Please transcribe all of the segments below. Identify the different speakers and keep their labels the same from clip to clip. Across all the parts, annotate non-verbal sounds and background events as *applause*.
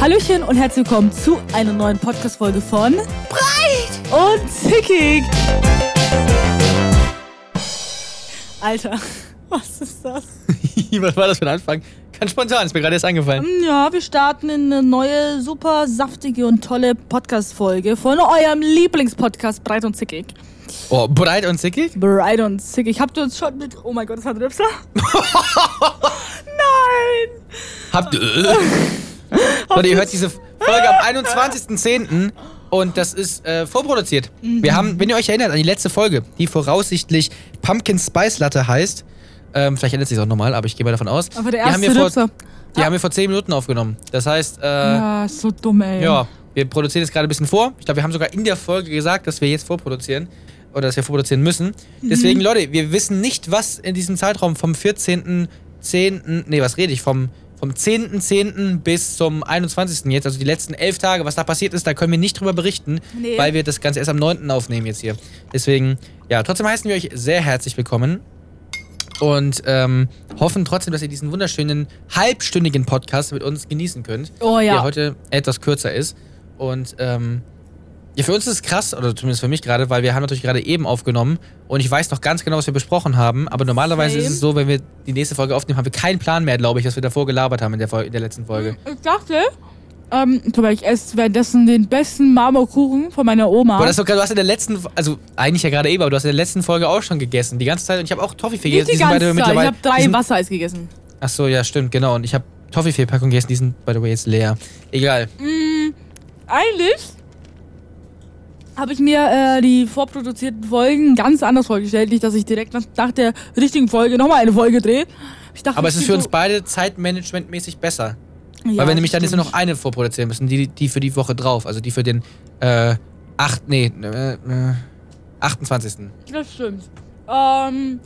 Speaker 1: Hallöchen und herzlich willkommen zu einer neuen Podcast-Folge von Breit und Zickig. Alter, *laughs* was ist das?
Speaker 2: *laughs* Was war das für ein Anfang? Ganz spontan, ist mir gerade erst eingefallen.
Speaker 1: Ja, wir starten in eine neue, super saftige und tolle Podcast-Folge von eurem Lieblingspodcast Breit und Zickig.
Speaker 2: Oh, breit und zickig?
Speaker 1: Breit und Zickig. Habt ihr uns schon mit... Oh mein Gott, das war ein Rübser. Nein! *laughs*
Speaker 2: Habt ihr. Leute, ihr hört diese Folge am 21.10. Und das ist äh, vorproduziert.
Speaker 1: Mhm.
Speaker 2: Wir haben, wenn ihr euch erinnert an die letzte Folge, die voraussichtlich Pumpkin Spice Latte heißt, ähm, vielleicht ändert sich auch nochmal, aber ich gehe mal davon aus.
Speaker 1: Aber der
Speaker 2: die haben wir
Speaker 1: erste Ah.
Speaker 2: vor,
Speaker 1: Rübser.
Speaker 2: die haben wir vor 10 Minuten aufgenommen. Das heißt, äh, ja.
Speaker 1: Ja, ist so dumm, ey.
Speaker 2: wir produzieren jetzt gerade ein bisschen vor. Ich glaube, wir haben sogar in der Folge gesagt, dass wir jetzt vorproduzieren oder dass wir vorproduzieren müssen. Deswegen, Leute, wir wissen nicht, was in diesem Zeitraum vom 14.10., nee, was rede ich, vom, vom 10.10. bis zum 21. jetzt, also die letzten elf Tage, was da passiert ist, da können wir nicht drüber berichten,
Speaker 1: Nee.
Speaker 2: weil wir das Ganze erst am 9. aufnehmen jetzt hier. Deswegen, ja, trotzdem heißen wir euch sehr herzlich willkommen und ähm, hoffen trotzdem, dass ihr diesen wunderschönen halbstündigen Podcast mit uns genießen könnt
Speaker 1: Oh ja.
Speaker 2: der heute etwas kürzer ist. Und ähm, ja, für uns ist es krass, oder zumindest für mich gerade, weil wir haben natürlich gerade eben aufgenommen und ich weiß noch ganz genau, was wir besprochen haben. Aber normalerweise
Speaker 1: Same.
Speaker 2: ist es so, wenn wir die nächste Folge aufnehmen, haben wir keinen Plan mehr, glaube ich, was wir davor gelabert haben in der, Fol- in der letzten Folge.
Speaker 1: Ich dachte, ähm, guck mal, ich esse währenddessen den besten Marmorkuchen von meiner Oma.
Speaker 2: Aber das ist doch, du hast in der letzten, also eigentlich ja gerade eben, aber du hast in der letzten Folge auch schon gegessen, die ganze Zeit. Und ich habe auch Toffifee
Speaker 1: Nicht
Speaker 2: gegessen.
Speaker 1: die
Speaker 2: sind beide
Speaker 1: ganze Zeit. Ich
Speaker 2: mittlerweile-
Speaker 1: habe drei
Speaker 2: die sind-
Speaker 1: Wassereis gegessen.
Speaker 2: Ach so, ja, stimmt, genau. Und ich habe Toffifee-Packung gegessen, die sind, by the way, jetzt leer. Egal.
Speaker 1: Mhm. Eigentlich habe ich mir äh, die vorproduzierten Folgen ganz anders vorgestellt. Nicht, dass ich direkt nach, nach der richtigen Folge nochmal eine Folge drehe. Ich dachte,
Speaker 2: Aber es
Speaker 1: ich
Speaker 2: ist für
Speaker 1: krieg
Speaker 2: uns
Speaker 1: so-
Speaker 2: beide zeitmanagementmäßig besser.
Speaker 1: Ja,
Speaker 2: Weil wir nämlich dann jetzt nur noch
Speaker 1: stimmt.
Speaker 2: eine vorproduzieren müssen, die, die für die Woche drauf, also die für den äh, 8, nee, äh, äh, 28.
Speaker 1: Das stimmt. Ähm,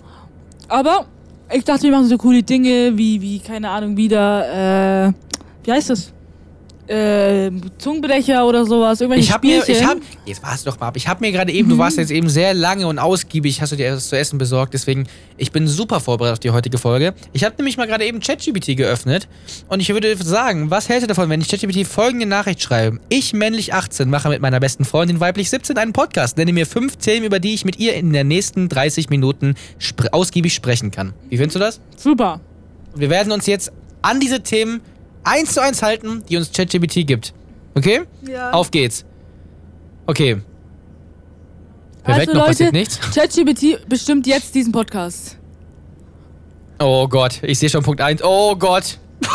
Speaker 1: aber ich dachte, wir machen so coole Dinge wie, wie keine Ahnung, wieder, äh, wie heißt das? Äh, Zungenbrecher oder sowas. Irgendwelche
Speaker 2: Ich hab mir, ich
Speaker 1: Spielchen.
Speaker 2: hab, jetzt warst du doch mal ab, ich hab mir gerade eben, du warst jetzt eben sehr lange und ausgiebig, hast du dir etwas zu essen besorgt, deswegen, ich bin super vorbereitet auf die heutige Folge. Ich habe nämlich mal gerade eben ChatGPT geöffnet und ich würde sagen, was hältst du davon, wenn ich ChatGPT folgende Nachricht schreibe? Ich, männlich 18, mache mit meiner besten Freundin, weiblich 17, einen Podcast, nenne mir fünf Themen, über die ich mit ihr in den nächsten 30 Minuten spr ausgiebig sprechen kann. Wie findest du das?
Speaker 1: Super.
Speaker 2: Und wir werden uns jetzt an diese Themen eins zu eins halten, die uns ChatGPT gibt. Okay?
Speaker 1: Ja.
Speaker 2: Auf geht's. Okay. Perfekt,
Speaker 1: also
Speaker 2: noch
Speaker 1: Leute,
Speaker 2: passiert nichts.
Speaker 1: ChatGPT bestimmt jetzt diesen Podcast.
Speaker 2: Oh Gott, ich sehe schon Punkt 1. Oh Gott. *laughs*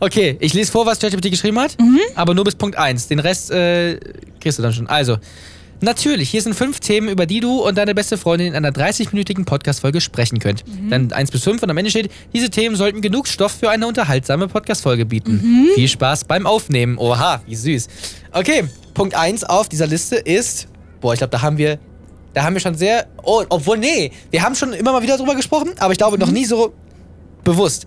Speaker 2: okay, ich lese vor, was ChatGPT geschrieben hat, aber nur bis Punkt 1. Den Rest äh, kriegst du dann schon. Also, natürlich, hier sind fünf Themen, über die du und deine beste Freundin in einer 30-minütigen Podcast-Folge sprechen könnt. Dann 1 bis 5 und am Ende steht, diese Themen sollten genug Stoff für eine unterhaltsame Podcast-Folge bieten. Viel Spaß beim Aufnehmen. Oha, wie süß. Okay, Punkt 1 auf dieser Liste ist, boah, ich glaube, da haben wir da haben wir schon sehr. Oh, obwohl, nee, wir haben schon immer mal wieder drüber gesprochen, aber ich glaube
Speaker 1: Mhm.
Speaker 2: noch nie so bewusst.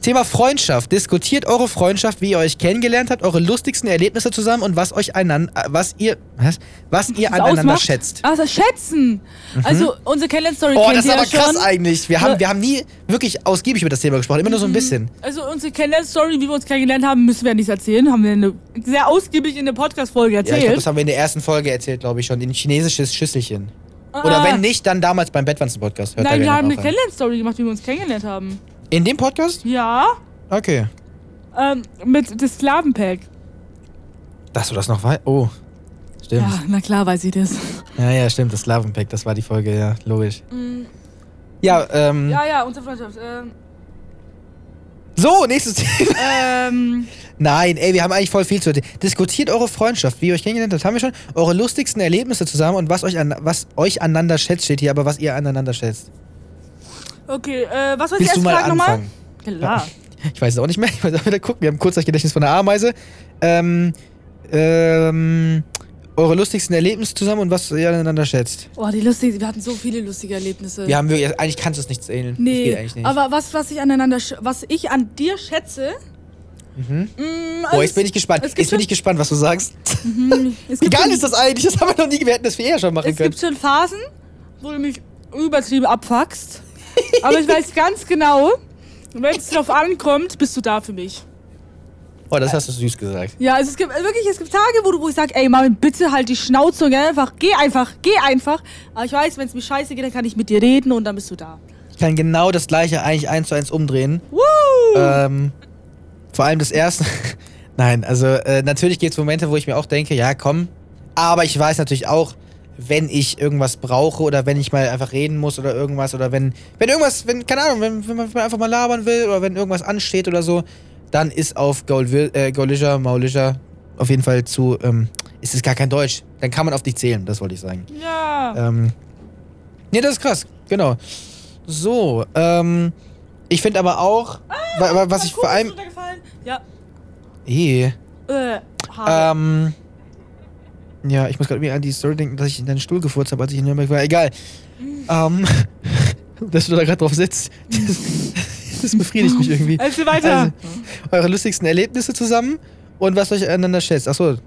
Speaker 2: Thema Freundschaft. Diskutiert eure Freundschaft, wie ihr euch kennengelernt habt, eure lustigsten Erlebnisse zusammen und was euch einander, äh, was ihr, was, was ihr
Speaker 1: das
Speaker 2: aneinander
Speaker 1: ausmacht?
Speaker 2: schätzt. Mhm.
Speaker 1: Also schätzen. Also unsere Kennenlernstory
Speaker 2: Oh,
Speaker 1: kennt
Speaker 2: das ist
Speaker 1: ihr
Speaker 2: aber
Speaker 1: ja
Speaker 2: krass
Speaker 1: schon. Äh.
Speaker 2: eigentlich. Wir
Speaker 1: Ja.
Speaker 2: haben, wir haben nie wirklich ausgiebig über das Thema gesprochen, immer nur so ein bisschen.
Speaker 1: Also unsere Kennenlernstory, wie wir uns kennengelernt haben, müssen wir ja nicht erzählen. Haben wir eine, sehr ausgiebig in der Podcast-Folge
Speaker 2: Ja, ich glaube,
Speaker 1: erzählt.
Speaker 2: das haben wir in der ersten Folge erzählt, glaube ich schon, in chinesisches Schüsselchen.
Speaker 1: Ah.
Speaker 2: Oder wenn nicht, dann damals beim Bettwanzen-Podcast. Hört da
Speaker 1: Nein, wir
Speaker 2: gerne
Speaker 1: haben
Speaker 2: auch
Speaker 1: eine
Speaker 2: rein.
Speaker 1: Kennenlernstory gemacht, wie wir uns kennengelernt haben.
Speaker 2: In dem Podcast?
Speaker 1: Ja,
Speaker 2: Okay.
Speaker 1: ähm, mit das Sklavenpack.
Speaker 2: Dass du das noch weißt? Oh. Stimmt.
Speaker 1: Ja, na klar weiß ich das.
Speaker 2: Ja, ja, stimmt, das Lavenpack, das war die Folge, ja, logisch. Ja, ähm.
Speaker 1: Mhm. Hm. Ja, ja, unsere Freundschaft. Ähm,
Speaker 2: So, nächstes *laughs* Thema.
Speaker 1: ähm,
Speaker 2: Nein, ey, wir haben eigentlich voll viel zu Diskutiert eure Freundschaft, wie ihr euch kennengelernt habt, haben wir schon. Eure lustigsten Erlebnisse zusammen und was euch, an, was euch aneinander schätzt, steht hier, aber was ihr aneinander schätzt.
Speaker 1: okay, äh, was wollte ich
Speaker 2: Willst du
Speaker 1: erst
Speaker 2: mal
Speaker 1: fragen nochmal?
Speaker 2: anfangen?
Speaker 1: Klar.
Speaker 2: Ich weiß es auch nicht mehr, ich muss auch wieder gucken. Wir haben kurz das Gedächtnis von der Ameise. Ähm, ähm, eure lustigsten Erlebnisse zusammen und was ihr aneinander schätzt.
Speaker 1: Oh, die lustig, wir hatten so viele lustige Erlebnisse.
Speaker 2: Wir haben wirklich, eigentlich kannst du es nicht zählen. Das geht
Speaker 1: Nee,
Speaker 2: eigentlich nicht.
Speaker 1: aber was, was ich aneinander, sch- was ich an dir schätze. Mhm.
Speaker 2: Boah, jetzt bin ich gespannt.
Speaker 1: es gibt
Speaker 2: Jetzt bin
Speaker 1: schon-
Speaker 2: ich gespannt, was du sagst.
Speaker 1: *laughs* es gibt
Speaker 2: Wie geil
Speaker 1: schon,
Speaker 2: ist das eigentlich? Das haben wir noch nie, wir hätten das viel eher schon machen
Speaker 1: Es
Speaker 2: können.
Speaker 1: gibt schon Phasen, wo du mich übertrieben abfuckst. aber ich weiß ganz genau, wenn es drauf ankommt, bist du da für mich.
Speaker 2: Oh, das hast du süß gesagt.
Speaker 1: Ja, also es gibt äh, wirklich, es gibt Tage, wo, du, wo ich sage, ey Marvin, bitte halt die Schnauze und geh einfach, geh einfach, geh einfach. Aber ich weiß, wenn es mir scheiße geht, dann kann ich mit dir reden und dann bist du da.
Speaker 2: Ich kann genau das gleiche eigentlich eins zu eins umdrehen.
Speaker 1: Woo!
Speaker 2: Ähm, vor allem das erste. *laughs* Nein, also äh, natürlich gibt es Momente, wo ich mir auch denke, ja, komm. Aber ich weiß natürlich auch, wenn ich irgendwas brauche oder wenn ich mal einfach reden muss oder irgendwas oder wenn, wenn irgendwas, wenn, keine Ahnung, wenn, wenn, man, wenn man einfach mal labern will oder wenn irgendwas ansteht oder so, dann ist auf Golisha, äh, Gaulischer, Maulischer auf jeden Fall zu, ähm, ist es gar kein Deutsch. Dann kann man auf dich zählen, das wollte ich sagen.
Speaker 1: Ja.
Speaker 2: Ähm, nee, das ist krass, genau. So, ähm, ich finde aber auch, wa- wa- was ich vor allem.
Speaker 1: Ja.
Speaker 2: Eh.
Speaker 1: Äh, Haare.
Speaker 2: Ähm. Ja, ich muss gerade irgendwie an die Story denken, dass ich in deinen Stuhl gefurzt habe, als ich in Nürnberg war. Egal. Ähm. *laughs* Dass du da gerade drauf sitzt, das, das befriedigt mich irgendwie.
Speaker 1: Erzähl weiter.
Speaker 2: also- Eure lustigsten Erlebnisse zusammen und was euch einander schätzt. Achso. Nee,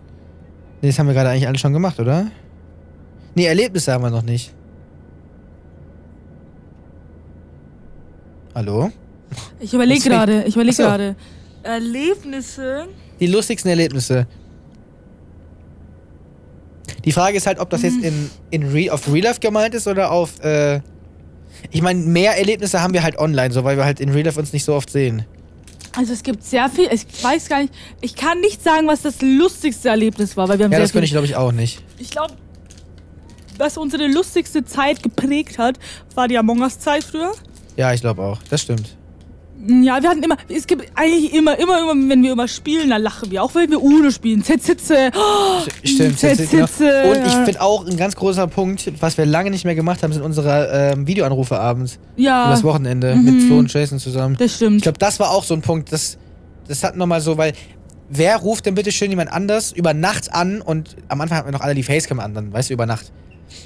Speaker 2: das haben wir gerade eigentlich alle schon gemacht, oder? Nee, Erlebnisse haben wir noch nicht. Hallo?
Speaker 1: ich überlege
Speaker 2: deswegen-
Speaker 1: gerade, ich überlege
Speaker 2: Ach so.
Speaker 1: gerade. Erlebnisse.
Speaker 2: Die lustigsten Erlebnisse. Die Frage ist halt, ob das jetzt in, in Re auf Real Life gemeint ist oder auf. Äh, ich meine, mehr Erlebnisse haben wir halt online, so weil wir halt in Real Life uns nicht so oft sehen.
Speaker 1: Also es gibt sehr viel, ich weiß gar nicht, ich kann nicht sagen, was das lustigste Erlebnis war, weil wir haben
Speaker 2: Ja,
Speaker 1: sehr
Speaker 2: das könnte ich glaube ich auch nicht.
Speaker 1: Ich glaube, was unsere lustigste Zeit geprägt hat, war die Among Us-Zeit früher.
Speaker 2: Ja, ich glaube auch. Das stimmt.
Speaker 1: Ja, wir hatten immer, es gibt eigentlich immer, immer, immer, wenn wir immer spielen, dann lachen wir. Auch wenn wir Uno spielen, Zitze.
Speaker 2: Stimmt.
Speaker 1: Sitze,
Speaker 2: sitze, genau.
Speaker 1: sitze,
Speaker 2: Und ich
Speaker 1: ja.
Speaker 2: finde auch ein ganz großer Punkt, was wir lange nicht mehr gemacht haben, sind unsere ähm, Videoanrufe abends.
Speaker 1: Ja,
Speaker 2: Übers Wochenende mit Flo und Jason zusammen.
Speaker 1: Ah. das stimmt.
Speaker 2: Ich glaube, das war auch so ein Punkt, das, das hat nochmal so, weil wer ruft denn bitte schön jemand anders über Nacht an und am Anfang hatten wir noch alle die Facecam an, dann weißt du, über Nacht.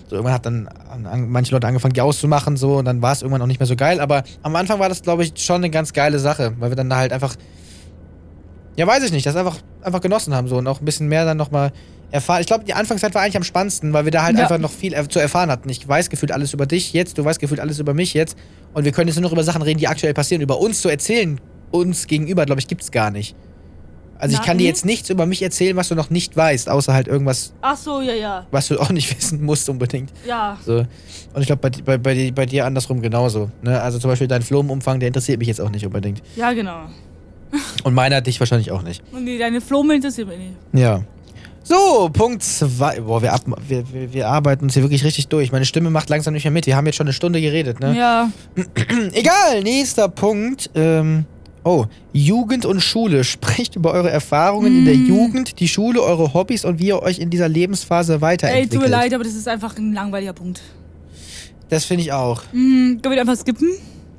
Speaker 2: So, irgendwann hat dann an, an, manche Leute angefangen, die auszumachen, so, und dann war es irgendwann auch nicht mehr so geil, aber am Anfang war das, glaube ich, schon eine ganz geile Sache, weil wir dann da halt einfach, ja, weiß ich nicht, das einfach, einfach genossen haben, so, und auch ein bisschen mehr dann nochmal erfahren. Ich glaube, die Anfangszeit war eigentlich am spannendsten, weil wir da halt
Speaker 1: Ja.
Speaker 2: einfach noch viel er zu erfahren hatten. Ich weiß gefühlt alles über dich jetzt, du weißt gefühlt alles über mich jetzt, und wir können jetzt nur noch über Sachen reden, die aktuell passieren. Über uns zu erzählen, uns gegenüber, glaube ich, gibt's gar nicht. Also ich
Speaker 1: Na,
Speaker 2: kann dir
Speaker 1: nee.
Speaker 2: jetzt nichts über mich erzählen, was du noch nicht weißt, außer halt irgendwas,
Speaker 1: Ach so, ja, ja.
Speaker 2: was du *laughs* auch nicht wissen musst unbedingt.
Speaker 1: Ja,
Speaker 2: So. Und ich glaube, bei, di- bei, bei, di- bei dir andersrum genauso. Ne? Also zum Beispiel dein Flomenumfang, der interessiert mich jetzt auch nicht unbedingt.
Speaker 1: ja, genau.
Speaker 2: Und meiner dich wahrscheinlich auch nicht.
Speaker 1: Und nee, deine Flohmilch interessiert mich nicht.
Speaker 2: Ja. So, Punkt zwei. Boah, wir, ab, wir, wir, wir arbeiten uns hier wirklich richtig durch. Meine Stimme macht langsam nicht mehr mit. Wir haben jetzt schon eine Stunde geredet, ne?
Speaker 1: Ja.
Speaker 2: *clears throat* Egal, nächster Punkt. Ähm, oh, Jugend und Schule. *laughs* Sprecht über eure Erfahrungen in der
Speaker 1: Mm.
Speaker 2: Jugend, die Schule, eure Hobbys und wie ihr euch in dieser Lebensphase
Speaker 1: Ey,
Speaker 2: weiterentwickelt.
Speaker 1: tut mir leid, aber das ist einfach ein langweiliger Punkt.
Speaker 2: Das finde ich auch.
Speaker 1: Mhm, können wir den einfach skippen?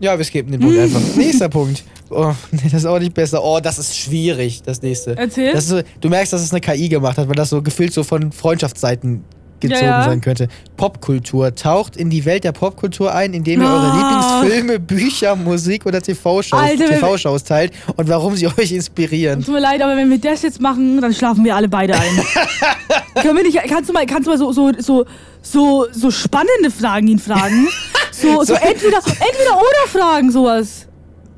Speaker 2: Ja, wir skippen den
Speaker 1: Hm.
Speaker 2: Punkt einfach. Nächster Punkt. Oh, nee, das ist auch nicht besser. Oh, das ist schwierig, das nächste.
Speaker 1: Erzähl.
Speaker 2: Das ist so, du merkst, dass es eine KI gemacht hat, weil das so gefühlt so von Freundschaftsseiten gezogen
Speaker 1: Ja, ja.
Speaker 2: sein könnte. Popkultur. Taucht in die Welt der Popkultur ein, indem ihr eure
Speaker 1: Ah.
Speaker 2: Lieblingsfilme, Bücher, Musik oder TV-Shows
Speaker 1: Alter, wir-
Speaker 2: TV teilt und warum sie *laughs* euch inspirieren.
Speaker 1: Tut mir leid, aber wenn wir das jetzt machen, dann schlafen wir alle beide
Speaker 2: *laughs*
Speaker 1: ein. Können wir nicht, kannst du mal, kannst du mal so, so, so, so, so spannende Fragen ihn fragen?
Speaker 2: *laughs*
Speaker 1: So, so entweder, entweder oder Fragen, sowas.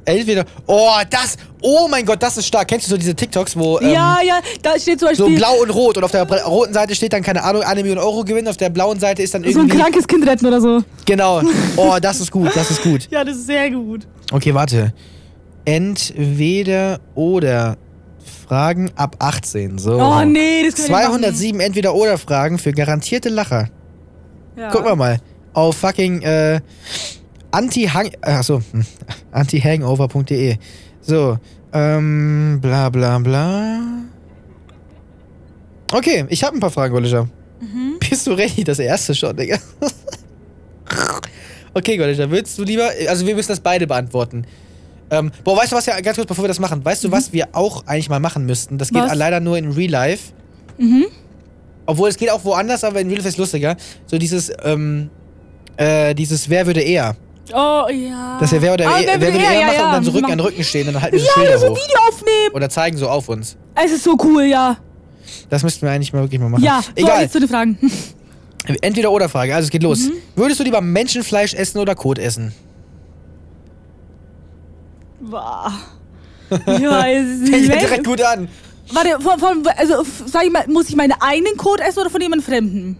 Speaker 2: Entweder. Oh, das. Oh mein Gott, das ist stark. Kennst du so diese TikToks, wo. Ähm,
Speaker 1: ja, ja, da steht zum
Speaker 2: So
Speaker 1: Beispiel so,
Speaker 2: blau und rot und auf der bra- roten Seite steht dann, keine Ahnung, eine Million Euro Gewinn, auf der blauen Seite ist dann
Speaker 1: ein
Speaker 2: irgendwie...
Speaker 1: krankes Kind retten oder so.
Speaker 2: Genau. Oh, das ist gut, das ist gut.
Speaker 1: Ja, das ist sehr gut.
Speaker 2: Okay, warte. Entweder oder Fragen ab 18. So.
Speaker 1: Oh nee, das können wir nicht machen.
Speaker 2: 207 entweder oder Fragen für garantierte Lacher.
Speaker 1: Ja.
Speaker 2: Gucken wir mal. Auf fucking äh, anti-hang... Achso. hm, antihangover.de. So. Ähm, bla bla bla. Okay, ich habe ein paar Fragen, Golischer. Bist du ready? Das erste schon,
Speaker 1: *laughs*
Speaker 2: Digga. okay, Golischer, willst du lieber... Also wir müssen das beide beantworten. Ähm, boah, weißt du was, ja, ganz kurz, bevor wir das machen. Weißt du, was wir auch eigentlich mal machen müssten? Das geht
Speaker 1: Mhm. Was? Mhm.
Speaker 2: leider nur in Real Life. Obwohl es geht auch woanders, aber in Real Life ist es lustiger. So dieses, ähm, äh, dieses Wer würde eher.
Speaker 1: Oh ja.
Speaker 2: Dass wir Wer oder
Speaker 1: Ah,
Speaker 2: eher, wer würde eher, machen und dann so Rücken an
Speaker 1: Machen-
Speaker 2: Rücken stehen und dann halten wir
Speaker 1: genau. *laughs* Ja,
Speaker 2: so
Speaker 1: wir so
Speaker 2: Schilder
Speaker 1: ein
Speaker 2: hoch.
Speaker 1: Video aufnehmen.
Speaker 2: Oder zeigen so auf uns.
Speaker 1: Es ist so cool, ja.
Speaker 2: Das müssten wir eigentlich mal wirklich mal machen.
Speaker 1: Ja, so,
Speaker 2: Egal.
Speaker 1: jetzt zu den Fragen.
Speaker 2: Entweder oder Frage. Also es geht los.
Speaker 1: Mhm.
Speaker 2: Würdest du
Speaker 1: *laughs*
Speaker 2: lieber *laughs* Menschenfleisch essen oder Kot essen?
Speaker 1: Boah. Ich weiß es
Speaker 2: Fängt
Speaker 1: nicht.
Speaker 2: ja
Speaker 1: Wel-
Speaker 2: direkt gut an.
Speaker 1: Warte, von, von, also f- sag ich mal, muss ich meinen eigenen Code essen oder von jemand Fremden?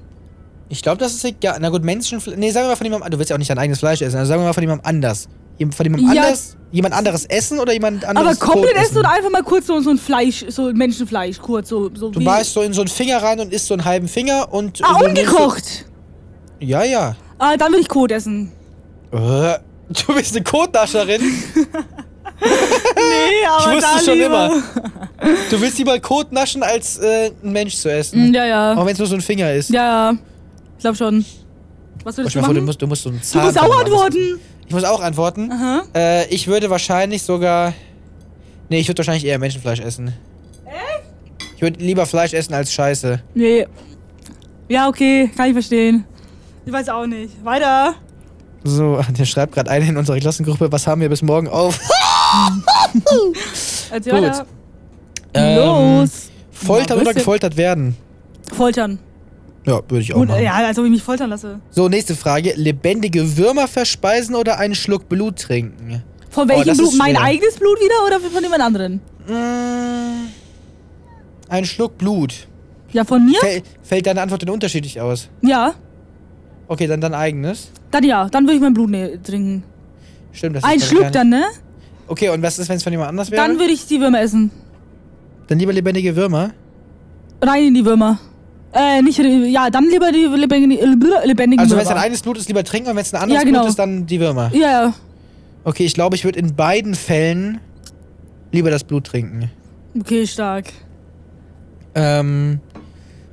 Speaker 2: Ich glaube, das ist egal. Na gut, Menschenfleisch. Nee, sagen wir mal von jemandem. Du willst ja auch nicht dein eigenes Fleisch essen. Also sagen wir mal von jemandem anders. Jem- Von jemandem
Speaker 1: Ja.
Speaker 2: anders. Jemand anderes essen oder jemand
Speaker 1: Aber
Speaker 2: anderes.
Speaker 1: komplett
Speaker 2: tot
Speaker 1: essen oder einfach mal kurz so, so ein Fleisch, so ein Menschenfleisch, kurz so, so
Speaker 2: Du
Speaker 1: wie.
Speaker 2: beißt so in so einen Finger rein und isst so einen halben Finger und.
Speaker 1: ah,
Speaker 2: du nimmst
Speaker 1: ungekocht!
Speaker 2: So, ja, ja.
Speaker 1: Ah, dann will ich Code essen.
Speaker 2: Äh, *laughs* Du bist eine Kotnascherin.
Speaker 1: Nee,
Speaker 2: Ich
Speaker 1: aber
Speaker 2: wusste
Speaker 1: da
Speaker 2: es schon
Speaker 1: lieber. *laughs*
Speaker 2: immer. Du willst lieber Kot naschen, als äh, ein Mensch zu essen.
Speaker 1: Mm, Ja, ja.
Speaker 2: Auch wenn es nur so ein Finger ist.
Speaker 1: Ja, ja. Ich glaube schon. Was würdest du
Speaker 2: Stell dir
Speaker 1: machen?
Speaker 2: mal vor, du musst, du musst so einen
Speaker 1: du
Speaker 2: Zahn
Speaker 1: musst
Speaker 2: dran
Speaker 1: auch
Speaker 2: machen.
Speaker 1: antworten.
Speaker 2: Ich muss auch antworten.
Speaker 1: Aha.
Speaker 2: Äh, ich würde wahrscheinlich sogar. Nee, ich würde wahrscheinlich eher Menschenfleisch essen. Echt? Ich würde lieber Fleisch essen als Scheiße.
Speaker 1: Nee. Ja, okay, kann ich verstehen. Ich weiß auch nicht. Weiter.
Speaker 2: So, *laughs* der schreibt gerade eine in unserer Klassengruppe, was haben wir bis
Speaker 1: *laughs*
Speaker 2: morgen auf?
Speaker 1: Erzähl
Speaker 2: Gut. Ähm,
Speaker 1: weiter. Los.
Speaker 2: Foltern
Speaker 1: Na,
Speaker 2: oder
Speaker 1: bisschen.
Speaker 2: gefoltert werden.
Speaker 1: Foltern.
Speaker 2: Ja, würde ich auch
Speaker 1: Und, äh,
Speaker 2: machen.
Speaker 1: ja, als ob ich mich foltern lasse.
Speaker 2: So, nächste Frage. Lebendige Würmer verspeisen oder einen Schluck Blut trinken?
Speaker 1: Von
Speaker 2: Oh,
Speaker 1: welchem
Speaker 2: das
Speaker 1: Blut?
Speaker 2: ist
Speaker 1: Mein
Speaker 2: schwer.
Speaker 1: eigenes Blut wieder oder von jemand anderen?
Speaker 2: Mm, ein Schluck Blut.
Speaker 1: Ja, von mir?
Speaker 2: Fäll, fällt deine Antwort denn unterschiedlich aus?
Speaker 1: Ja.
Speaker 2: Okay, dann dein eigenes.
Speaker 1: Dann ja, dann würde ich mein Blut ne trinken.
Speaker 2: Stimmt, das ist
Speaker 1: Ein
Speaker 2: deine
Speaker 1: Schluck
Speaker 2: kleine-
Speaker 1: dann, ne?
Speaker 2: Okay, und was ist, wenn es von jemand anders wäre?
Speaker 1: Dann würde ich die Würmer essen.
Speaker 2: Dann lieber lebendige Würmer.
Speaker 1: Rein in die Würmer. Äh, nicht, ja, dann lieber die lebendigen, lebendigen
Speaker 2: Also wenn es
Speaker 1: Würmer.
Speaker 2: ein eigenes Blut ist, lieber trinken und wenn es ein anderes
Speaker 1: Ja, genau.
Speaker 2: Blut ist, dann die Würmer.
Speaker 1: Ja, ja.
Speaker 2: Okay, ich glaube, ich würde in beiden Fällen lieber das Blut trinken.
Speaker 1: Okay, stark.
Speaker 2: Ähm,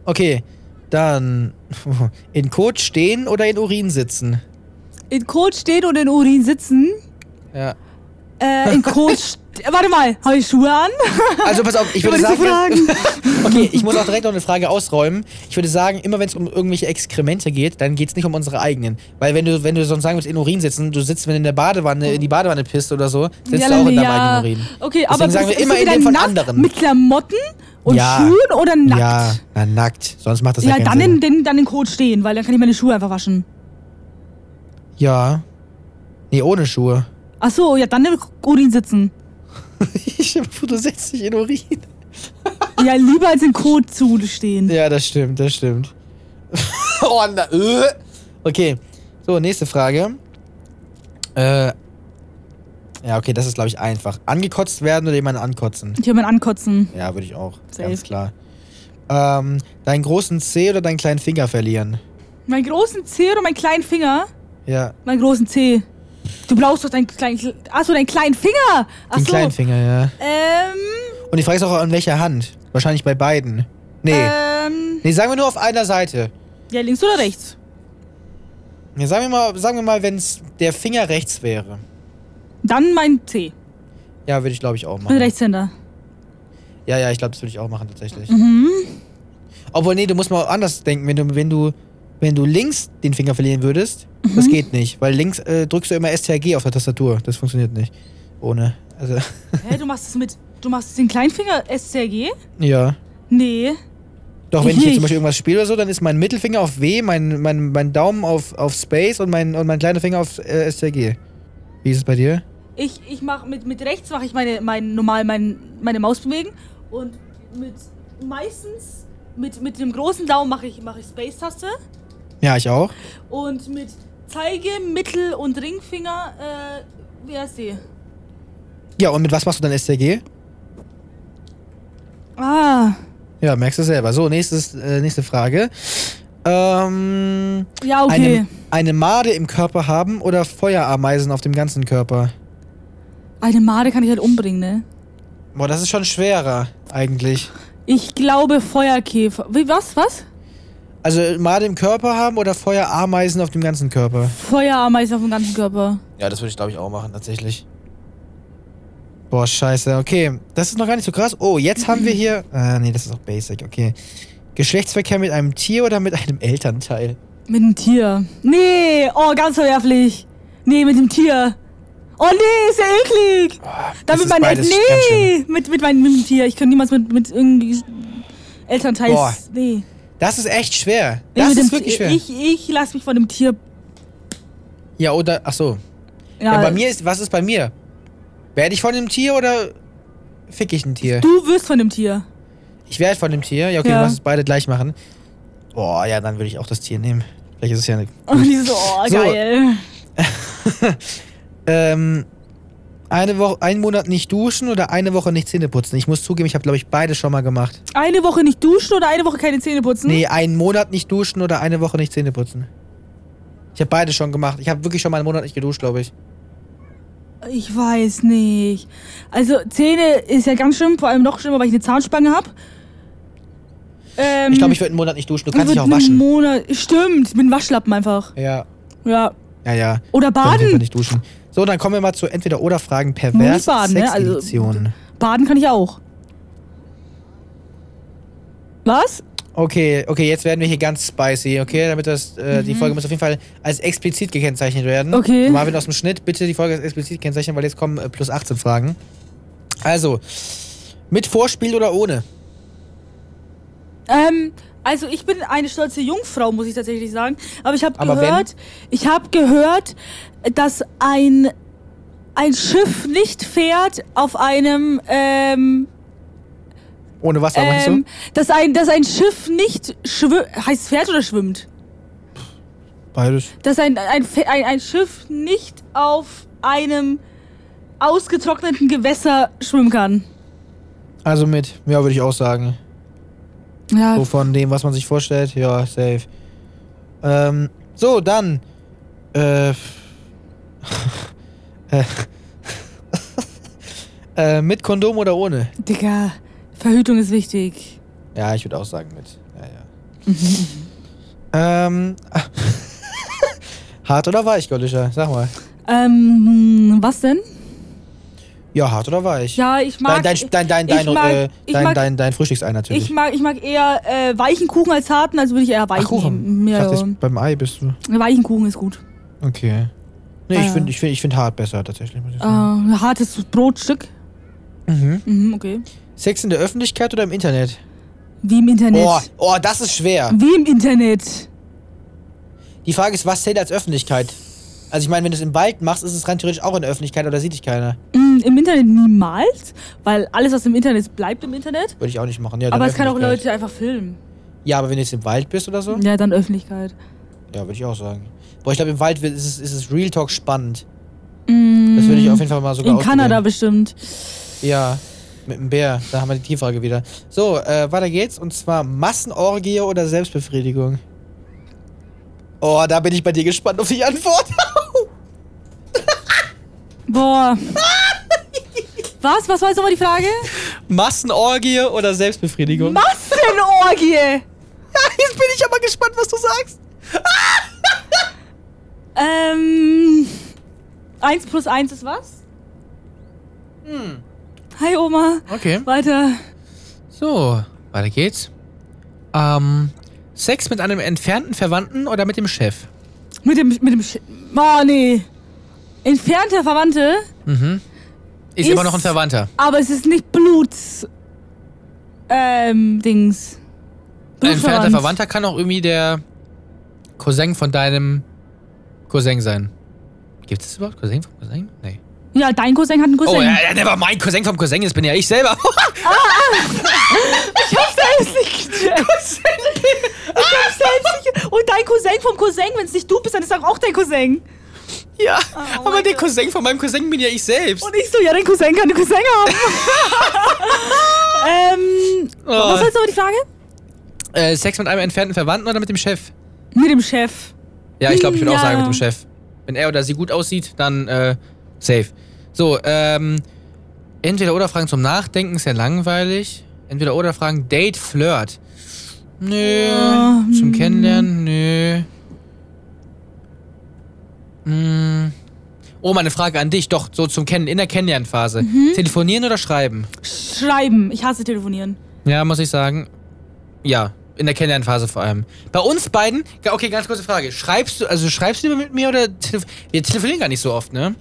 Speaker 2: okay, dann *laughs* in Kot stehen oder in Urin sitzen.
Speaker 1: In Kot stehen und in Urin sitzen.
Speaker 2: Ja.
Speaker 1: Äh, in
Speaker 2: *laughs*
Speaker 1: Kot. st- Warte mal, habe ich Schuhe an?
Speaker 2: Also pass auf, ich
Speaker 1: *laughs*
Speaker 2: würde
Speaker 1: Immer diese
Speaker 2: sagen, okay, ich muss auch direkt noch eine Frage ausräumen. Ich würde sagen, immer wenn es um irgendwelche Exkremente geht, dann geht es nicht um unsere eigenen, weil wenn du wenn du sonst sagen würdest, in Urin sitzen, du sitzt wenn du in der Badewanne in die Badewanne pisst oder so, sitzt du auch in deinem eigenen Urin.
Speaker 1: Okay, aber
Speaker 2: Deswegen sagen wir
Speaker 1: bist- bist du
Speaker 2: immer in
Speaker 1: wieder
Speaker 2: dem von
Speaker 1: nackt
Speaker 2: anderen.
Speaker 1: Mit Klamotten und
Speaker 2: Ja.
Speaker 1: Schuhen oder nackt?
Speaker 2: Ja, na nackt, sonst macht das ja,
Speaker 1: Ja,
Speaker 2: keinen
Speaker 1: dann
Speaker 2: Sinn.
Speaker 1: in, den, dann in Kot stehen, weil dann kann ich meine Schuhe einfach waschen.
Speaker 2: Ja. Nee, ohne Schuhe.
Speaker 1: Ach so, ja, dann in Urin sitzen.
Speaker 2: Ich du setzt dich in Urin.
Speaker 1: Ja, lieber als in Kot zu stehen.
Speaker 2: Ja, das stimmt, das stimmt. *laughs* oh, na, äh. Okay, so, nächste Frage. Äh, ja, okay, das ist, glaube ich, einfach. Angekotzt werden oder jemanden ankotzen?
Speaker 1: Ich will mein Ankotzen.
Speaker 2: Ja, würde ich auch.
Speaker 1: Safe.
Speaker 2: Ganz klar. Ähm, deinen großen Zeh oder deinen kleinen Finger verlieren?
Speaker 1: Meinen großen Zeh oder meinen kleinen Finger?
Speaker 2: Ja,
Speaker 1: Meinen großen Zeh. Du brauchst doch deinen kleinen. Achso, deinen kleinen Finger!
Speaker 2: den
Speaker 1: Achso.
Speaker 2: kleinen Finger, ja.
Speaker 1: Ähm.
Speaker 2: Und die Frage ist auch, an welcher Hand? Wahrscheinlich bei beiden. Nee.
Speaker 1: Ähm.
Speaker 2: Nee, sagen wir nur auf einer Seite.
Speaker 1: Ja, links oder rechts?
Speaker 2: Ja, sagen wir mal, sagen wir mal, wenn es der Finger rechts wäre.
Speaker 1: Dann mein Zeh.
Speaker 2: Ja, würde ich glaube ich auch
Speaker 1: Ich bin
Speaker 2: machen. *laughs*
Speaker 1: Rechtshänder.
Speaker 2: Ja, ja, ich glaube, das würde ich auch machen tatsächlich. Obwohl, nee, du musst mal anders denken. Wenn du, wenn du, wenn du links den Finger verlieren würdest, das geht nicht. Weil links äh, drückst du immer STRG auf der Tastatur. Das funktioniert nicht. Ohne. Also, *laughs*
Speaker 1: Hä, du machst es mit. Du machst den kleinen Finger SCRG?
Speaker 2: ja.
Speaker 1: Nee.
Speaker 2: Doch, wenn
Speaker 1: Ich
Speaker 2: ich jetzt
Speaker 1: nicht.
Speaker 2: zum Beispiel irgendwas spiele oder so, dann ist mein Mittelfinger auf W, mein, mein, mein Daumen auf, auf Space und mein, und mein kleiner Finger auf äh, STRG. Wie ist es bei dir?
Speaker 1: Ich, ich mach mit, mit rechts mache ich meine, mein, normal mein, meine Maus bewegen. Und mit meistens mit, mit dem großen Daumen mache ich, mach ich Space-Taste.
Speaker 2: Ja, ich auch.
Speaker 1: Und mit Zeige, Mittel- und Ringfinger, äh, wie heißt die?
Speaker 2: Ja, und mit was machst du dann STRG?
Speaker 1: Ah.
Speaker 2: Ja, merkst du selber. So, nächstes, äh, nächste Frage. Ähm,
Speaker 1: Ja, okay.
Speaker 2: eine, eine Made im Körper haben oder Feuerameisen auf dem ganzen Körper?
Speaker 1: Eine Made kann ich halt umbringen, ne?
Speaker 2: Boah, das ist schon schwerer eigentlich.
Speaker 1: Ich glaube Feuerkäfer. Wie, was? Was?
Speaker 2: Also Made im Körper haben oder Feuerameisen auf dem ganzen Körper?
Speaker 1: Feuerameisen auf dem ganzen Körper.
Speaker 2: Ja, das würde ich glaube ich auch machen, tatsächlich. Boah, scheiße. Okay, das ist noch gar nicht so krass. Oh, jetzt haben wir
Speaker 1: *laughs*
Speaker 2: hier... Ah, nee, das ist auch basic, okay. Geschlechtsverkehr mit einem Tier oder mit einem Elternteil?
Speaker 1: Mit dem Tier. Nee, oh, ganz verwerflich. Nee, mit dem Tier. Oh nee, ist ja eklig.
Speaker 2: Oh, das
Speaker 1: Damit
Speaker 2: ist
Speaker 1: mein
Speaker 2: beides ganz
Speaker 1: Nee,
Speaker 2: schön.
Speaker 1: mit, mit meinem mit dem Tier. Ich kann niemals mit, mit irgendwie Elternteil.
Speaker 2: Boah.
Speaker 1: Nee.
Speaker 2: Das ist echt schwer.
Speaker 1: Nee,
Speaker 2: Das
Speaker 1: mit
Speaker 2: ist
Speaker 1: dem
Speaker 2: wirklich
Speaker 1: Ti-
Speaker 2: schwer.
Speaker 1: Ich, ich lasse mich von dem Tier.
Speaker 2: Ja, oder... Ach so,
Speaker 1: Ja,
Speaker 2: Ja, bei mir ist, was ist bei mir? Werde ich von einem Tier oder fick ich ein Tier.
Speaker 1: Du wirst von dem Tier.
Speaker 2: Ich werde von dem Tier. Ja, okay,
Speaker 1: Ja.
Speaker 2: du lass uns beide gleich machen. Boah, ja, dann würde ich auch das Tier nehmen. Vielleicht ist es ja eine.
Speaker 1: Und die so, oh,
Speaker 2: So.
Speaker 1: geil.
Speaker 2: Ähm, eine Woche, einen Monat nicht duschen oder eine Woche nicht Zähne putzen. Ich muss zugeben, ich habe, glaube ich, beide schon mal gemacht.
Speaker 1: Eine Woche nicht duschen oder eine Woche keine Zähne putzen?
Speaker 2: Nee, einen Monat nicht duschen oder eine Woche nicht Zähne putzen. Ich habe beide schon gemacht. Ich habe wirklich schon mal einen Monat nicht geduscht, glaube ich.
Speaker 1: Ich weiß nicht. Also Zähne ist ja ganz schlimm, vor allem noch schlimmer, weil ich eine Zahnspange habe. Ähm,
Speaker 2: Ich glaube, ich würde einen Monat nicht duschen. Du
Speaker 1: ich
Speaker 2: kannst dich
Speaker 1: würd
Speaker 2: auch
Speaker 1: einen
Speaker 2: waschen.
Speaker 1: Monat, stimmt, mit einem Waschlappen einfach.
Speaker 2: Ja,
Speaker 1: Ja.
Speaker 2: ja, ja.
Speaker 1: Oder
Speaker 2: Ich kann auf jeden Fall
Speaker 1: baden.
Speaker 2: nicht duschen. So, dann kommen wir mal zu entweder oder Fragen
Speaker 1: nicht
Speaker 2: pervers
Speaker 1: baden, ne? Also-
Speaker 2: Sexediktion.
Speaker 1: Baden kann ich auch. Was?
Speaker 2: Okay, okay, jetzt werden wir hier ganz spicy, okay? Damit das äh, die Folge muss auf jeden Fall als explizit gekennzeichnet werden.
Speaker 1: Mhm. Okay.
Speaker 2: Marvin aus dem Schnitt, bitte die Folge als explizit kennzeichnen, weil jetzt kommen äh, plus 18 Fragen. Also, mit Vorspiel oder ohne?
Speaker 1: Ähm, also ich bin eine stolze Jungfrau, muss ich tatsächlich sagen. Aber ich habe
Speaker 2: Aber
Speaker 1: gehört, ich habe gehört, dass ein ein Schiff nicht fährt auf einem ähm,
Speaker 2: Ohne Wasser, meinst
Speaker 1: ähm
Speaker 2: du?
Speaker 1: dass ein dass ein Schiff nicht schwimmt, heißt fährt oder schwimmt?
Speaker 2: Beides.
Speaker 1: Dass ein ein, Fe- ein ein Schiff nicht auf einem ausgetrockneten Gewässer schwimmen kann.
Speaker 2: Also mit, ja, würde ich auch sagen.
Speaker 1: Ja,
Speaker 2: So von dem, was man sich vorstellt, ja, safe. Ähm, so, dann. Äh. *laughs* äh, äh, mit Kondom oder ohne?
Speaker 1: Digga, Verhütung ist wichtig.
Speaker 2: Ja, ich würde auch sagen mit.
Speaker 1: *laughs*
Speaker 2: Ja, ja. ähm. *laughs* hart oder weich, Gollischer? Sag mal.
Speaker 1: Ähm, was denn?
Speaker 2: Ja, hart oder weich?
Speaker 1: Ja, ich mag
Speaker 2: Dein, dein, dein, dein,
Speaker 1: ich
Speaker 2: dein,
Speaker 1: mag-
Speaker 2: äh,
Speaker 1: ich
Speaker 2: dein,
Speaker 1: mag-
Speaker 2: dein, dein Frühstücksei
Speaker 1: Ich
Speaker 2: natürlich.
Speaker 1: mag, ich mag eher äh, weichen Kuchen als harten, also würde ich eher weichen nehmen.
Speaker 2: ich
Speaker 1: Ja,
Speaker 2: dachte,
Speaker 1: ja.
Speaker 2: jetzt beim Ei bist du.
Speaker 1: Weichen Kuchen ist gut.
Speaker 2: Okay. Nee,
Speaker 1: Ah,
Speaker 2: ich
Speaker 1: ja.
Speaker 2: finde ich find, ich find hart besser tatsächlich. Muss ich
Speaker 1: Äh,
Speaker 2: sagen.
Speaker 1: hartes Brotstück.
Speaker 2: Mhm.
Speaker 1: Mhm, okay.
Speaker 2: Sex in der Öffentlichkeit oder im Internet?
Speaker 1: Wie im Internet.
Speaker 2: Oh, oh, das ist schwer.
Speaker 1: Wie im Internet.
Speaker 2: Die Frage ist, was zählt als Öffentlichkeit? Also ich meine, wenn du es im Wald machst, ist es rein theoretisch auch in der Öffentlichkeit oder sieht dich keiner.
Speaker 1: Mhm, Im Internet niemals, weil alles, was im Internet ist, bleibt im Internet.
Speaker 2: Würde ich auch nicht machen. Ja, dann
Speaker 1: Aber es kann auch
Speaker 2: Öffentlichkeit.
Speaker 1: Leute einfach filmen.
Speaker 2: Ja, aber wenn du jetzt im Wald bist oder so?
Speaker 1: Ja, dann Öffentlichkeit.
Speaker 2: Ja, würde ich auch sagen. Boah, ich glaube, im Wald wird- ist es, ist es Real Talk spannend.
Speaker 1: Mhm.
Speaker 2: Das würde ich auf jeden Fall mal sogar
Speaker 1: In Kanada
Speaker 2: ausprobieren.
Speaker 1: bestimmt.
Speaker 2: Ja, mit dem Bär. Da haben wir die Tierfrage wieder. So, äh, weiter geht's. Und zwar Massenorgie oder Selbstbefriedigung? Oh, da bin ich bei dir gespannt auf die Antwort. *laughs*
Speaker 1: Boah. was? Was war jetzt nochmal die Frage?
Speaker 2: Massenorgie oder *laughs* Selbstbefriedigung?
Speaker 1: Massenorgie!
Speaker 2: Jetzt bin ich aber gespannt, was du sagst.
Speaker 1: Ähm. 1 plus 1 ist was?
Speaker 2: Hm.
Speaker 1: Hi Oma.
Speaker 2: Okay.
Speaker 1: Weiter.
Speaker 2: So, weiter geht's. Ähm, Sex mit einem entfernten Verwandten oder mit dem Chef?
Speaker 1: Mit dem. Mit dem. Sch oh, nee. Entfernte Verwandte,
Speaker 2: Mhm. Ist,
Speaker 1: Ist-
Speaker 2: immer noch ein Verwandter.
Speaker 1: aber es ist nicht Bluts. Ähm, Dings.
Speaker 2: Ein entfernter
Speaker 1: Blutverwandt.
Speaker 2: Verwandter kann auch irgendwie der Cousin von deinem Cousin sein. Gibt es das überhaupt? Cousin vom Cousin? Nee.
Speaker 1: Ja, dein Cousin hat einen Cousin.
Speaker 2: Oh, ja, ja, der war mein Cousin vom Cousin, jetzt bin ja ich selber. *laughs*
Speaker 1: Ich hab's da jetzt nicht *laughs* Ah! gecheckt. Ich hab's da jetzt nicht ge- Und dein Cousin vom Cousin, wenn es nicht du bist, dann ist doch auch dein Cousin.
Speaker 2: ja, aber
Speaker 1: mein
Speaker 2: der
Speaker 1: Gott.
Speaker 2: Cousin von meinem Cousin bin ja ich selbst.
Speaker 1: Und ich so, ja, dein Cousin kann einen Cousin *laughs* haben. ähm,
Speaker 2: Oh.
Speaker 1: Was war jetzt nochmal die Frage?
Speaker 2: Äh, Sex mit einem entfernten Verwandten oder mit dem Chef?
Speaker 1: Mit dem Chef.
Speaker 2: Ja, ich glaube, ich würde
Speaker 1: Ja.
Speaker 2: auch sagen mit dem Chef. Wenn er oder sie gut aussieht, dann äh, safe. So, ähm, entweder oder Fragen zum Nachdenken ist ja langweilig. Entweder oder Fragen Date, Flirt. Nö.
Speaker 1: Ja,
Speaker 2: Zum
Speaker 1: hm.
Speaker 2: Kennenlernen, nö. Hm. Oh, meine Frage an dich, doch, so zum Kennen, in der Kennenlernphase.
Speaker 1: Mhm.
Speaker 2: Telefonieren oder schreiben?
Speaker 1: Schreiben. Ich hasse telefonieren.
Speaker 2: Ja, muss ich sagen. Ja, in der Kennenlernphase vor allem. Bei uns beiden, ja, okay, ganz kurze Frage. Schreibst du, also schreibst du lieber mit mir oder telef wir telefonieren gar nicht so oft, ne?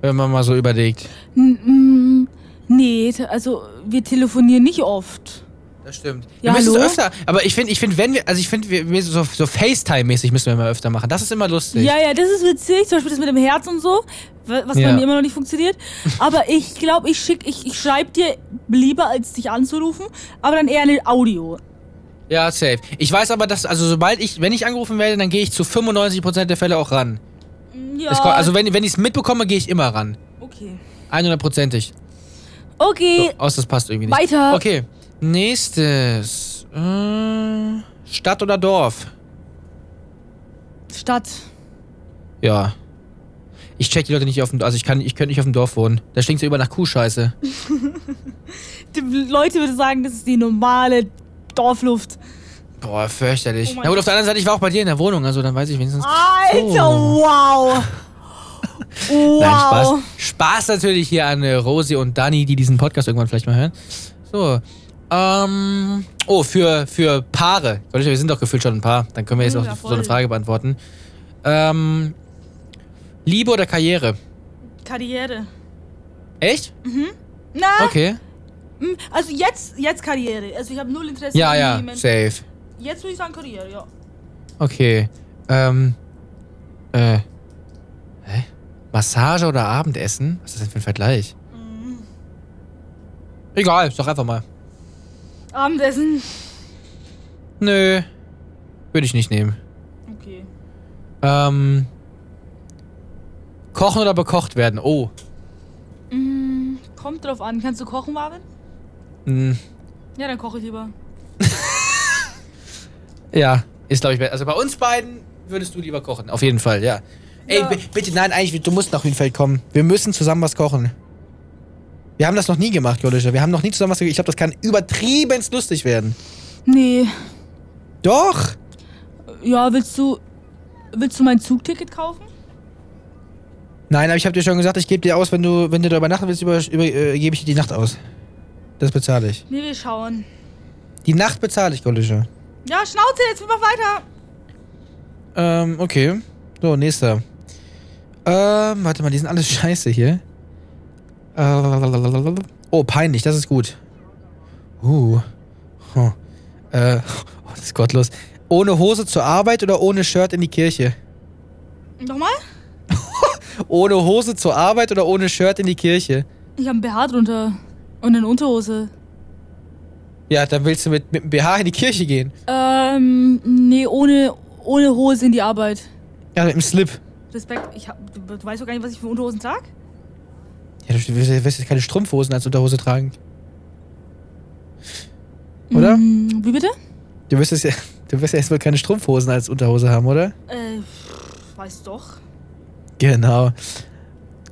Speaker 2: Wenn man mal so überlegt.
Speaker 1: N- mm, Nee, te- also wir telefonieren nicht oft.
Speaker 2: Das stimmt.
Speaker 1: Ja,
Speaker 2: wir müssen
Speaker 1: hallo?
Speaker 2: es öfter. Aber ich finde, ich find, wenn wir, also ich finde, wir, wir so, so FaceTime-mäßig müssen wir immer öfter machen. Das ist immer lustig.
Speaker 1: Ja, ja, das ist witzig. Zum Beispiel das mit dem Herz und so, wa- was
Speaker 2: Ja.
Speaker 1: bei mir immer noch nicht funktioniert. Aber ich glaube, ich schick, ich, ich schreibe dir lieber, als dich anzurufen, aber dann eher eine Audio.
Speaker 2: Ja, safe. Ich weiß aber, dass, also sobald ich, wenn ich angerufen werde, dann gehe ich zu 95% der Fälle auch ran.
Speaker 1: Ja,
Speaker 2: Es ko- also wenn, wenn ich es mitbekomme, gehe ich immer ran.
Speaker 1: okay.
Speaker 2: 100%ig.
Speaker 1: Okay,
Speaker 2: So, aus, das passt irgendwie nicht.
Speaker 1: weiter.
Speaker 2: Okay, nächstes. Äh, Stadt oder Dorf?
Speaker 1: Stadt.
Speaker 2: Ja. Ich check die Leute nicht auf dem Also ich kann, ich könnte nicht auf dem Dorf wohnen. Da stinkt so über nach Kuhscheiße.
Speaker 1: Die Leute würden sagen, das ist die normale Dorfluft.
Speaker 2: Boah, fürchterlich.
Speaker 1: Oh mein Ah,
Speaker 2: Na gut,
Speaker 1: Gott.
Speaker 2: auf der anderen Seite, ich war auch bei dir in der Wohnung, also dann weiß ich wenigstens.
Speaker 1: Alter,
Speaker 2: Oh.
Speaker 1: wow. Wow.
Speaker 2: *laughs* Nein, Spaß. Spaß natürlich hier an äh, Rosi und Dani, die diesen Podcast irgendwann vielleicht mal hören. So. Ähm, oh, für, für Paare. Gott, Wir sind doch gefühlt schon ein Paar. Dann können wir jetzt
Speaker 1: Ja,
Speaker 2: auch so
Speaker 1: voll.
Speaker 2: eine Frage beantworten. Ähm, Liebe oder Karriere?
Speaker 1: Karriere.
Speaker 2: Echt?
Speaker 1: Na,
Speaker 2: Okay.
Speaker 1: mm, also jetzt, jetzt Karriere. Also ich habe null Interesse
Speaker 2: Ja,
Speaker 1: an
Speaker 2: ja,
Speaker 1: jemandem.
Speaker 2: safe.
Speaker 1: Jetzt würde ich sagen Karriere, ja.
Speaker 2: Okay. Ähm. Äh. Hä? Massage oder Abendessen? Was ist das denn für ein Vergleich?
Speaker 1: Mm.
Speaker 2: Mhm. Egal, sag einfach mal.
Speaker 1: Abendessen.
Speaker 2: Nö. Würde ich nicht nehmen.
Speaker 1: Okay.
Speaker 2: Ähm. Kochen oder bekocht werden? Oh.
Speaker 1: Mm, kommt drauf an. Kannst du kochen, Marvin?
Speaker 2: Hm.
Speaker 1: Ja, dann koche ich lieber.
Speaker 2: Ja. Ist, glaube ich, be- also bei uns beiden würdest du lieber kochen. Auf jeden Fall, ja. Ey,
Speaker 1: Ja.
Speaker 2: bi- bitte, nein, eigentlich, du musst nach Hünfeld kommen. Wir müssen zusammen was kochen. Wir haben das noch nie gemacht, Jolisha. Wir haben noch nie zusammen was gekocht. Ich glaube, das kann übertriebenst lustig werden.
Speaker 1: Nee.
Speaker 2: Doch!
Speaker 1: Ja, willst du. Willst du mein Zugticket kaufen?
Speaker 2: Nein, aber ich habe dir schon gesagt, ich gebe dir aus, wenn du, wenn du da übernachten willst, über, über, äh, gebe ich dir die Nacht aus. Das bezahle ich.
Speaker 1: Nee, wir schauen.
Speaker 2: Die Nacht bezahle ich, Gollische.
Speaker 1: Ja, Schnauze, jetzt mach weiter.
Speaker 2: Ähm, okay. So, nächster. Ähm, warte mal, die sind alles *laughs* scheiße hier. Äh, Oh, peinlich, das ist gut. Uh. Hm. Äh, *laughs* oh, das ist gottlos. Ohne Hose zur Arbeit oder ohne Shirt in die Kirche?
Speaker 1: Nochmal?
Speaker 2: Ohne Hose zur Arbeit oder ohne Shirt in die Kirche?
Speaker 1: Ich habe einen BH drunter. Und eine Unterhose.
Speaker 2: Ja, dann willst du mit, mit dem BH in die Kirche gehen.
Speaker 1: Ähm, nee, ohne, ohne Hose in die Arbeit.
Speaker 2: Ja, mit dem Slip.
Speaker 1: Respekt, ich hab, du, du weißt doch gar nicht, was ich für Unterhosen trag?
Speaker 2: Ja, du wirst ja- wirst jetzt keine Strumpfhosen als Unterhose tragen. Oder?
Speaker 1: Mm, wie bitte?
Speaker 2: Du wirst, jetzt, ja- *laughs* du wirst ja erstmal keine Strumpfhosen als Unterhose haben, oder?
Speaker 1: Äh, pff, weiß doch.
Speaker 2: Genau.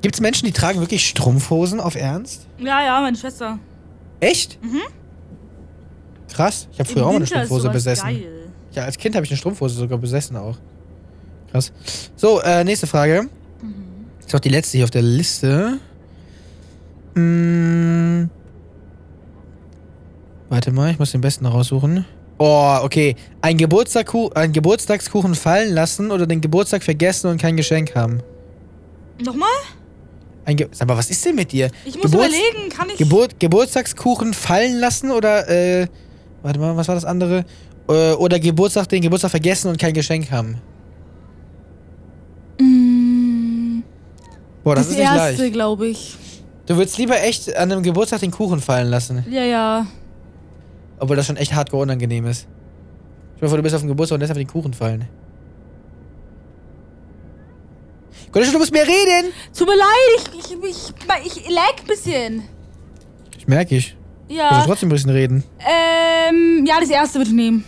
Speaker 2: Gibt's Menschen, die tragen wirklich Strumpfhosen auf Ernst?
Speaker 1: Ja, ja, meine Schwester.
Speaker 2: Echt? Mhm. Krass. Ich habe früher
Speaker 1: Im
Speaker 2: auch mal eine
Speaker 1: Winter ist
Speaker 2: Strumpfhose
Speaker 1: sowas
Speaker 2: besessen.
Speaker 1: Geil.
Speaker 2: Ja, als Kind habe ich eine Strumpfhose sogar besessen auch. Krass. So, äh, nächste Frage.
Speaker 1: Mhm.
Speaker 2: Ist auch die letzte hier auf der Liste. Mm. Warte mal, ich muss den besten raussuchen. Oh, okay. Ein, Geburtstagku ein Geburtstagskuchen fallen lassen oder den Geburtstag vergessen und kein Geschenk haben.
Speaker 1: Nochmal?
Speaker 2: Ein Ge Sag mal, was ist denn mit dir?
Speaker 1: Ich muss
Speaker 2: Geburts-
Speaker 1: überlegen, kann ich.
Speaker 2: Gebur Geburtstagskuchen fallen lassen oder, äh, warte mal, was war das andere? Äh, oder Geburtstag, den Geburtstag vergessen und kein Geschenk haben.
Speaker 1: Mm,
Speaker 2: Boah, das,
Speaker 1: das
Speaker 2: ist nicht
Speaker 1: erste,
Speaker 2: leicht.
Speaker 1: glaube ich.
Speaker 2: Du würdest lieber echt an einem Geburtstag den Kuchen fallen lassen,
Speaker 1: Ja, ja.
Speaker 2: obwohl das schon echt hardcore unangenehm ist. Ich hoffe, du bist auf dem Geburtstag und lässt einfach den Kuchen fallen. Gott, du musst mehr reden!
Speaker 1: Tut mir leid, ich, ich, ich, ich lag ein bisschen.
Speaker 2: Ich merke ich. Du musst
Speaker 1: Ja.
Speaker 2: trotzdem ein bisschen reden.
Speaker 1: Ähm, ja, das erste würde ich nehmen.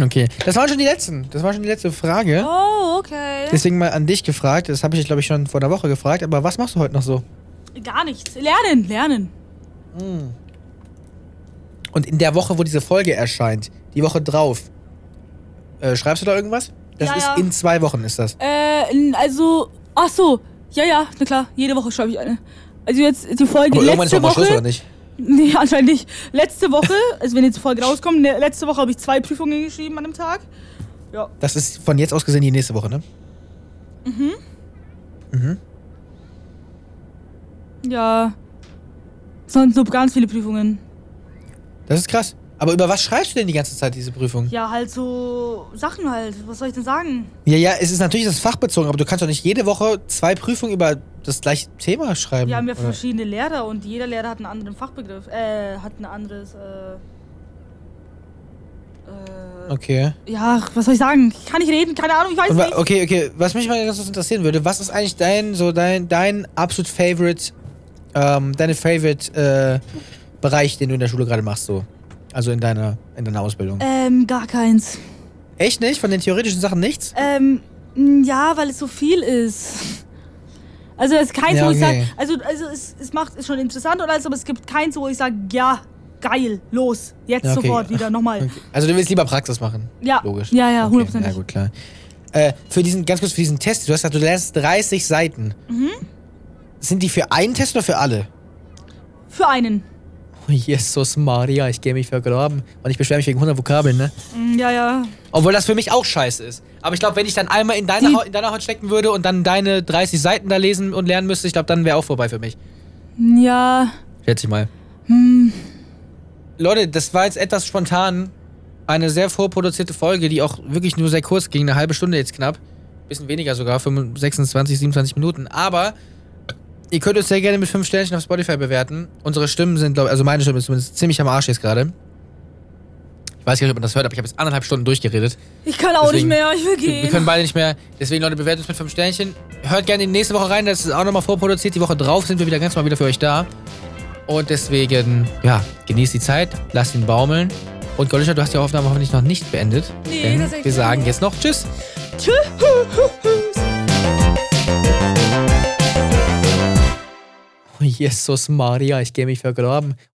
Speaker 2: Okay. Das waren schon die letzten. Das war schon die letzte Frage.
Speaker 1: Oh, okay.
Speaker 2: Deswegen mal an dich gefragt. Das habe ich, glaube ich, schon vor einer Woche gefragt. Aber was machst du heute noch so?
Speaker 1: Gar nichts. Lernen, lernen.
Speaker 2: Und in der Woche, wo diese Folge erscheint, die Woche drauf, äh, schreibst du da irgendwas? Das
Speaker 1: Ja,
Speaker 2: ist
Speaker 1: ja.
Speaker 2: in zwei Wochen, ist das.
Speaker 1: Äh, n- also, ach so. Ja, ja, na klar, jede Woche schreibe ich eine. Also jetzt die Folge letzte
Speaker 2: mal
Speaker 1: Woche.
Speaker 2: Schluss, oder nicht?
Speaker 1: *laughs* Nee, anscheinend nicht. Letzte Woche, also wenn jetzt die Folge rauskommt, ne, letzte Woche habe ich zwei Prüfungen geschrieben an dem Tag. Ja.
Speaker 2: Das ist von jetzt aus gesehen die nächste Woche, ne?
Speaker 1: Ja. Sonst nur ganz viele Prüfungen.
Speaker 2: Das ist krass. Aber über was schreibst du denn die ganze Zeit diese Prüfung?
Speaker 1: Ja, halt so Sachen halt. Was soll ich denn sagen?
Speaker 2: Ja, ja, es ist natürlich das fachbezogen, aber du kannst doch nicht jede Woche zwei Prüfungen über das gleiche Thema schreiben.
Speaker 1: Wir haben ja
Speaker 2: Ähm, oder?
Speaker 1: verschiedene Lehrer und jeder Lehrer hat einen anderen Fachbegriff. Äh, hat ein anderes, äh, äh,
Speaker 2: Okay.
Speaker 1: Ja, was soll ich sagen? Ich kann nicht reden, keine Ahnung, ich weiß
Speaker 2: Und wa-
Speaker 1: nicht.
Speaker 2: okay, okay. Was mich mal ganz kurz interessieren würde, was ist eigentlich dein, so dein, dein absolut favorite, ähm, deine favorite äh, Bereich, den du in der Schule gerade machst, so? Also in deiner, in deiner Ausbildung.
Speaker 1: Ähm, gar keins.
Speaker 2: Echt nicht? Von den theoretischen Sachen nichts?
Speaker 1: Ähm, mh, ja, weil es so viel ist. Also es ist keins,
Speaker 2: Ja,
Speaker 1: wo ich
Speaker 2: okay.
Speaker 1: sage, also, also es, es macht es schon interessant und alles, aber es gibt keins, wo ich sage, ja, geil, los, jetzt
Speaker 2: Ja, okay.
Speaker 1: sofort
Speaker 2: *laughs*
Speaker 1: wieder, nochmal.
Speaker 2: Okay. Also du willst lieber Praxis machen?
Speaker 1: Äh. Ja,
Speaker 2: Logisch.
Speaker 1: ja, ja,
Speaker 2: Okay,
Speaker 1: 100%.
Speaker 2: Ja, gut, klar. Äh, für diesen, ganz kurz für diesen Test, du hast gesagt, du lernst 30 Seiten.
Speaker 1: Mhm.
Speaker 2: Sind die für einen Test oder für alle?
Speaker 1: Für einen.
Speaker 2: Oh, Jesus Maria, ich gehe mich vergraben. Und ich beschwere mich wegen 100 Vokabeln, ne?
Speaker 1: Mm, Ja, ja.
Speaker 2: Obwohl das für mich auch scheiße ist. Aber ich glaube, wenn ich dann einmal in deine,
Speaker 1: Die-
Speaker 2: Haut, in deiner Haut stecken würde und dann deine 30 Seiten da lesen und lernen müsste, ich glaube, dann wäre auch vorbei für mich.
Speaker 1: Mm, Ja.
Speaker 2: Schätze ich mal.
Speaker 1: Hm.
Speaker 2: Leute, das war jetzt etwas spontan. Eine sehr vorproduzierte Folge, die auch wirklich nur sehr kurz ging, eine halbe Stunde jetzt knapp. Bisschen weniger sogar, 25, 26, 27 Minuten. Aber ihr könnt uns sehr gerne mit 5 Sternchen auf Spotify bewerten. Unsere Stimmen sind, glaube also meine Stimme ist zumindest ziemlich am Arsch jetzt gerade. Ich weiß gar nicht, ob man das hört, aber ich habe jetzt anderthalb Stunden durchgeredet.
Speaker 1: Ich kann auch
Speaker 2: Deswegen-
Speaker 1: nicht mehr, ich will
Speaker 2: Wir,
Speaker 1: gehen.
Speaker 2: wir können beide nicht mehr. Deswegen, Leute, bewertet uns mit 5 Sternchen. Hört gerne in die nächste Woche rein. Das ist auch nochmal vorproduziert. Die Woche drauf sind wir wieder ganz mal wieder für euch da. Und deswegen, ja, genießt die Zeit, lasst ihn baumeln. Und Golischer, du hast die Aufnahme hoffentlich noch nicht beendet.
Speaker 1: Nee,
Speaker 2: denn
Speaker 1: tatsächlich
Speaker 2: wir sagen
Speaker 1: nicht.
Speaker 2: jetzt noch Tschüss.
Speaker 1: Tschüss.
Speaker 2: Oh, Jesus Maria, ich gehe mich vergraben.